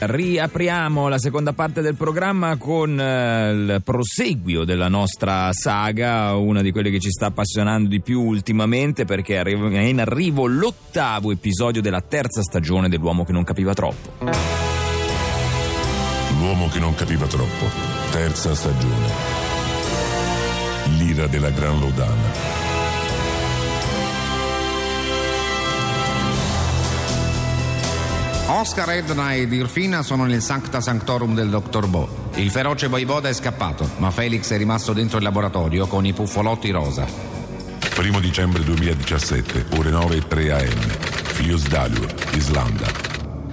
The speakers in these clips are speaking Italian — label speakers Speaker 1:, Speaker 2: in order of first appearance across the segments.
Speaker 1: Riapriamo la seconda parte del programma con eh, il proseguio della nostra saga, una di quelle che ci sta appassionando di più ultimamente perché arri- è in arrivo l'ottavo episodio della terza stagione dell'uomo che non capiva troppo.
Speaker 2: L'uomo che non capiva troppo. Terza stagione. L'ira della Gran Lodana.
Speaker 3: Oscar Edna ed Irfina sono nel Sancta Sanctorum del Dottor Bo. Il feroce voivoda è scappato, ma Felix è rimasto dentro il laboratorio con i puffolotti rosa.
Speaker 2: Primo dicembre 2017, ore 9 e 3 am. Fiosdalur, Islanda.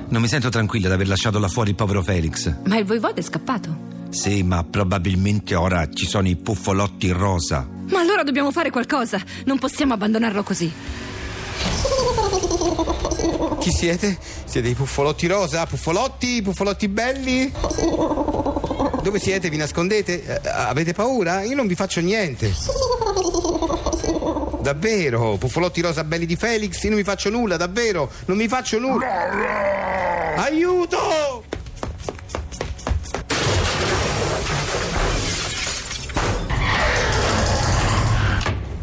Speaker 4: Non mi sento tranquilla di aver lasciato là fuori il povero Felix.
Speaker 5: Ma il voivoda è scappato.
Speaker 4: Sì, ma probabilmente ora ci sono i puffolotti rosa.
Speaker 5: Ma allora dobbiamo fare qualcosa. Non possiamo abbandonarlo così.
Speaker 6: Chi siete? Siete i puffolotti rosa? Puffolotti? Puffolotti belli? Dove siete? Vi nascondete? Eh, Avete paura? Io non vi faccio niente. Davvero, puffolotti rosa belli di Felix, io non vi faccio nulla, davvero, non vi faccio nulla. Aiuto!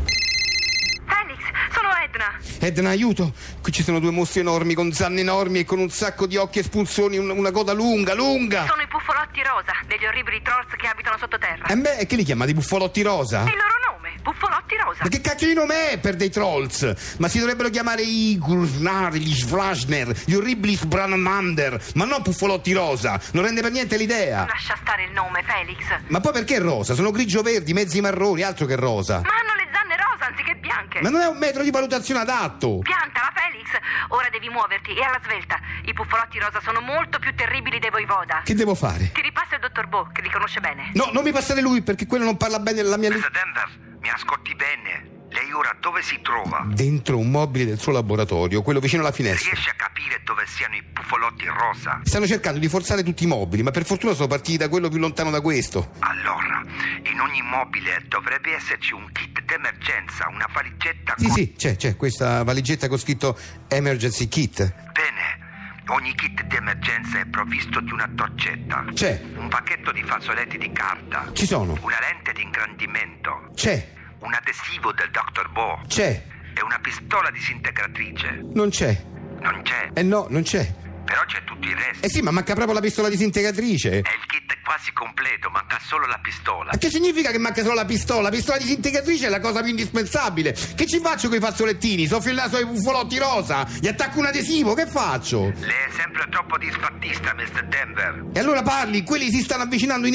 Speaker 7: Felix, sono Edna.
Speaker 6: Edna, Eh, aiuto! Qui ci sono due mostri enormi, con zanne enormi e con un sacco di occhi e spunzoni, un- una coda lunga, lunga!
Speaker 7: Sono i buffolotti rosa, degli orribili trolls che abitano sottoterra.
Speaker 6: E Eh, beh, e chi li chiama? Di buffolotti rosa?
Speaker 7: È il loro nome, buffolotti rosa.
Speaker 6: Ma che cacchio di nome è per dei trolls? Ma si dovrebbero chiamare i Gurnari, gli Svlasner, gli orribili Sbranamander, ma non Puffolotti Rosa. Non rende per niente l'idea.
Speaker 7: Lascia stare il nome, Felix.
Speaker 6: Ma poi perché rosa? Sono grigio-verdi, mezzi marroni, altro che rosa.
Speaker 7: Ma hanno le zanne rosa anziché bianche.
Speaker 6: Ma non è un metro di valutazione adatto.
Speaker 7: Piantala, Felix. Ora devi muoverti e alla svelta. I buffolotti rosa sono molto più terribili dei voivoda.
Speaker 6: Che devo fare?
Speaker 7: Ti ripasso il dottor Bo, che li conosce bene.
Speaker 6: No, non mi passare lui perché quello non parla bene della mia
Speaker 8: Miss
Speaker 6: lista.
Speaker 8: Denver, mi ascolti bene. Lei ora dove si trova?
Speaker 6: Dentro un mobile del suo laboratorio, quello vicino alla finestra.
Speaker 8: Riesce a capire dove siano i pufolotti rosa?
Speaker 6: Stanno cercando di forzare tutti i mobili, ma per fortuna sono partiti da quello più lontano da questo.
Speaker 8: Allora, in ogni mobile dovrebbe esserci un kit d'emergenza, una valigetta
Speaker 6: Sì,
Speaker 8: con...
Speaker 6: sì, c'è, c'è questa valigetta con scritto Emergency Kit.
Speaker 8: Bene, ogni kit d'emergenza è provvisto di una torcetta.
Speaker 6: C'è.
Speaker 8: Un pacchetto di fazzoletti di carta.
Speaker 6: Ci sono.
Speaker 8: Una lente di ingrandimento.
Speaker 6: C'è,
Speaker 8: Un adesivo del Dr. Bo.
Speaker 6: c'è,
Speaker 8: E una pistola disintegratrice.
Speaker 6: non c'è.
Speaker 8: Non c'è,
Speaker 6: Eh no, non c'è.
Speaker 8: però c'è tutto il resto.
Speaker 6: Eh sì, ma manca proprio la pistola disintegratrice.
Speaker 8: È il kit quasi completo, manca solo la pistola.
Speaker 6: Ma che significa che manca solo la pistola? La pistola disintegratrice è la cosa più indispensabile. Che ci faccio con i fazzolettini? Soffio il naso ai buffolotti rosa? Gli attacco un adesivo? Che faccio?
Speaker 8: Lei è sempre troppo disfattista, Mr. Denver.
Speaker 6: E allora parli, quelli si stanno avvicinando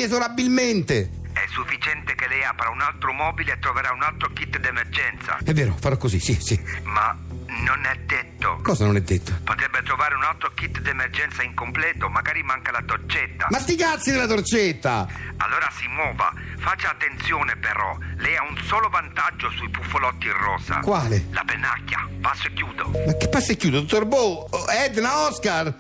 Speaker 6: inesorabilmente.
Speaker 8: È sufficiente che lei apra un altro mobile e troverà un altro kit d'emergenza.
Speaker 6: È vero, farò così, sì, sì.
Speaker 8: Ma non è detto.
Speaker 6: Cosa non è detto?
Speaker 8: Potrebbe trovare un altro kit d'emergenza incompleto, magari manca la torcetta.
Speaker 6: Ma sti cazzi della torcetta!
Speaker 8: Allora si muova. Faccia attenzione però. Lei ha un solo vantaggio sui puffolotti in rosa.
Speaker 6: Quale?
Speaker 8: La pennacchia. Passo e chiudo.
Speaker 6: Ma che passa e chiudo, dottor Bo? Oh, Edna, Oscar?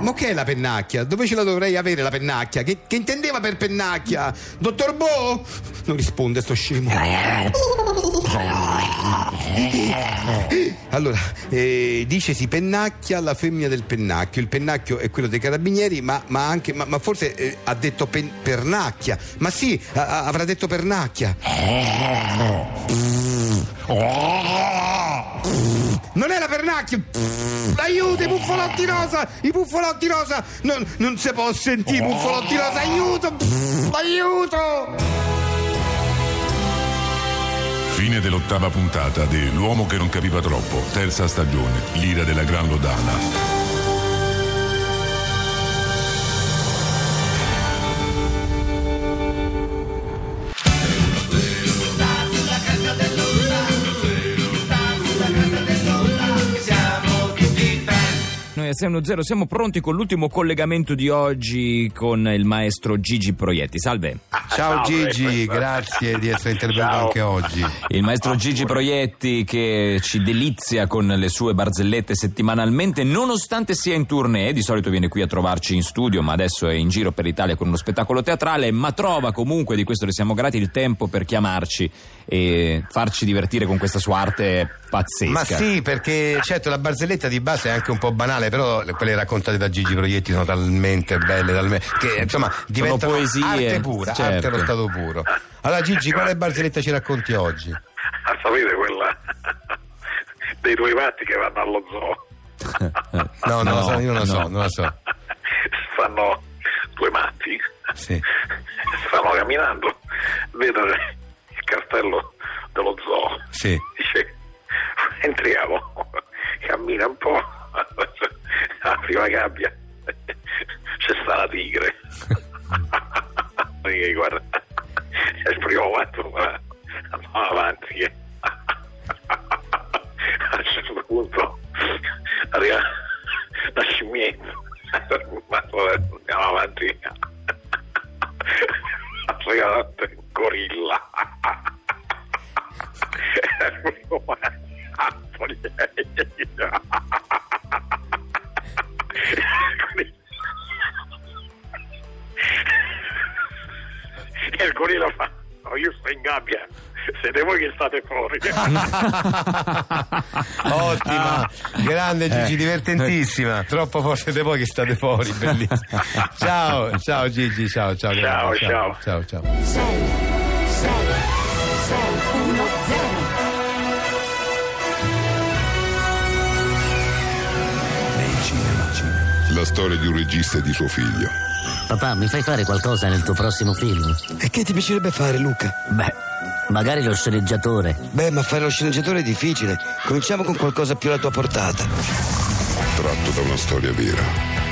Speaker 6: Ma che è la pennacchia? Dove ce la dovrei avere la pennacchia? Che, che intendeva per pennacchia? Dottor Bo? Non risponde, sto scemo. Allora, eh, dice si pennacchia la femmina del pennacchio. Il pennacchio è quello dei carabinieri, ma, ma anche, ma, ma forse eh, ha detto pen- pernacchia. Ma sì, a- a- avrà detto pernacchia. Non è la pernacchia! Aiuto, i buffolotti rosa! I buffolotti rosa! Non, non si può sentire, i buffolotti rosa! Aiuto! Aiuto!
Speaker 2: Fine dell'ottava puntata de L'uomo che non capiva troppo. Terza stagione. L'ira della Gran Lodana.
Speaker 1: Noi 610, siamo pronti con l'ultimo collegamento di oggi con il maestro Gigi Proietti. Salve.
Speaker 6: Ciao
Speaker 9: Ah, Salve.
Speaker 6: Gigi, grazie di essere intervenuto
Speaker 9: Ciao.
Speaker 6: anche oggi.
Speaker 1: Il maestro Gigi Proietti che ci delizia con le sue barzellette settimanalmente, nonostante sia in tournée, di solito viene qui a trovarci in studio, ma adesso è in giro per l'Italia con uno spettacolo teatrale, ma trova comunque, di questo le siamo grati, il tempo per chiamarci e farci divertire con questa sua arte pazzesca.
Speaker 9: Ma sì, perché certo la barzelletta di base è anche un po' banale, però le- quelle raccontate da Gigi Proietti sono talmente belle, talmente, che insomma diventano
Speaker 1: poesie,
Speaker 9: arte pura, arte
Speaker 1: certo.
Speaker 9: allo stato puro. Allora Gigi, quale barzelletta ci racconti oggi?
Speaker 10: a sapere quella dei due patti che vanno allo zoo.
Speaker 9: No, non
Speaker 1: No,
Speaker 9: la so, io non la so,
Speaker 1: no.
Speaker 9: non la so.
Speaker 10: Stanno due matti,
Speaker 9: Sì.
Speaker 10: stanno camminando, vedono il castello dello zoo.
Speaker 9: Sì.
Speaker 10: Dice, entriamo, cammina un po', la prima gabbia, c'è sta la tigre. E Guarda, il primo patto va- andava avanti. eh. A un certo punto arriva la scimmietta, ma andiamo avanti. Arriva il gorilla. E il gorilla fa, "No, io sto in gabbia, siete voi che state fuori.
Speaker 9: Ottima, grande Gigi, divertentissima. Troppo forse siete voi che state fuori, bellissima. Ciao, ciao Gigi, ciao, ciao.
Speaker 10: Ciao, ciao.
Speaker 9: ciao, ciao.
Speaker 5: 6, 6, 6, 1, 0.
Speaker 2: La storia di un regista e di suo figlio.
Speaker 11: Papà, mi fai fare qualcosa nel tuo prossimo film?
Speaker 8: E che ti piacerebbe fare, Luca?
Speaker 11: Beh, magari lo sceneggiatore.
Speaker 8: Beh, ma fare lo sceneggiatore è difficile. Cominciamo con qualcosa più alla tua portata.
Speaker 2: Tratto da una storia vera.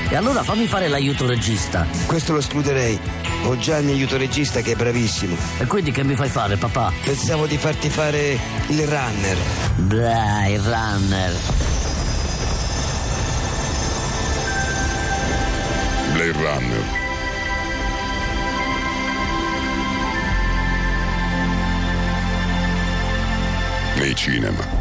Speaker 11: E allora fammi fare l'aiuto regista.
Speaker 8: Questo lo escluderei. Ho già il mio aiuto regista che è bravissimo.
Speaker 11: E quindi che mi fai fare, papà?
Speaker 8: Pensavo di farti fare il runner.
Speaker 11: Dai, runner.
Speaker 2: Blade Runner. Nei cinema.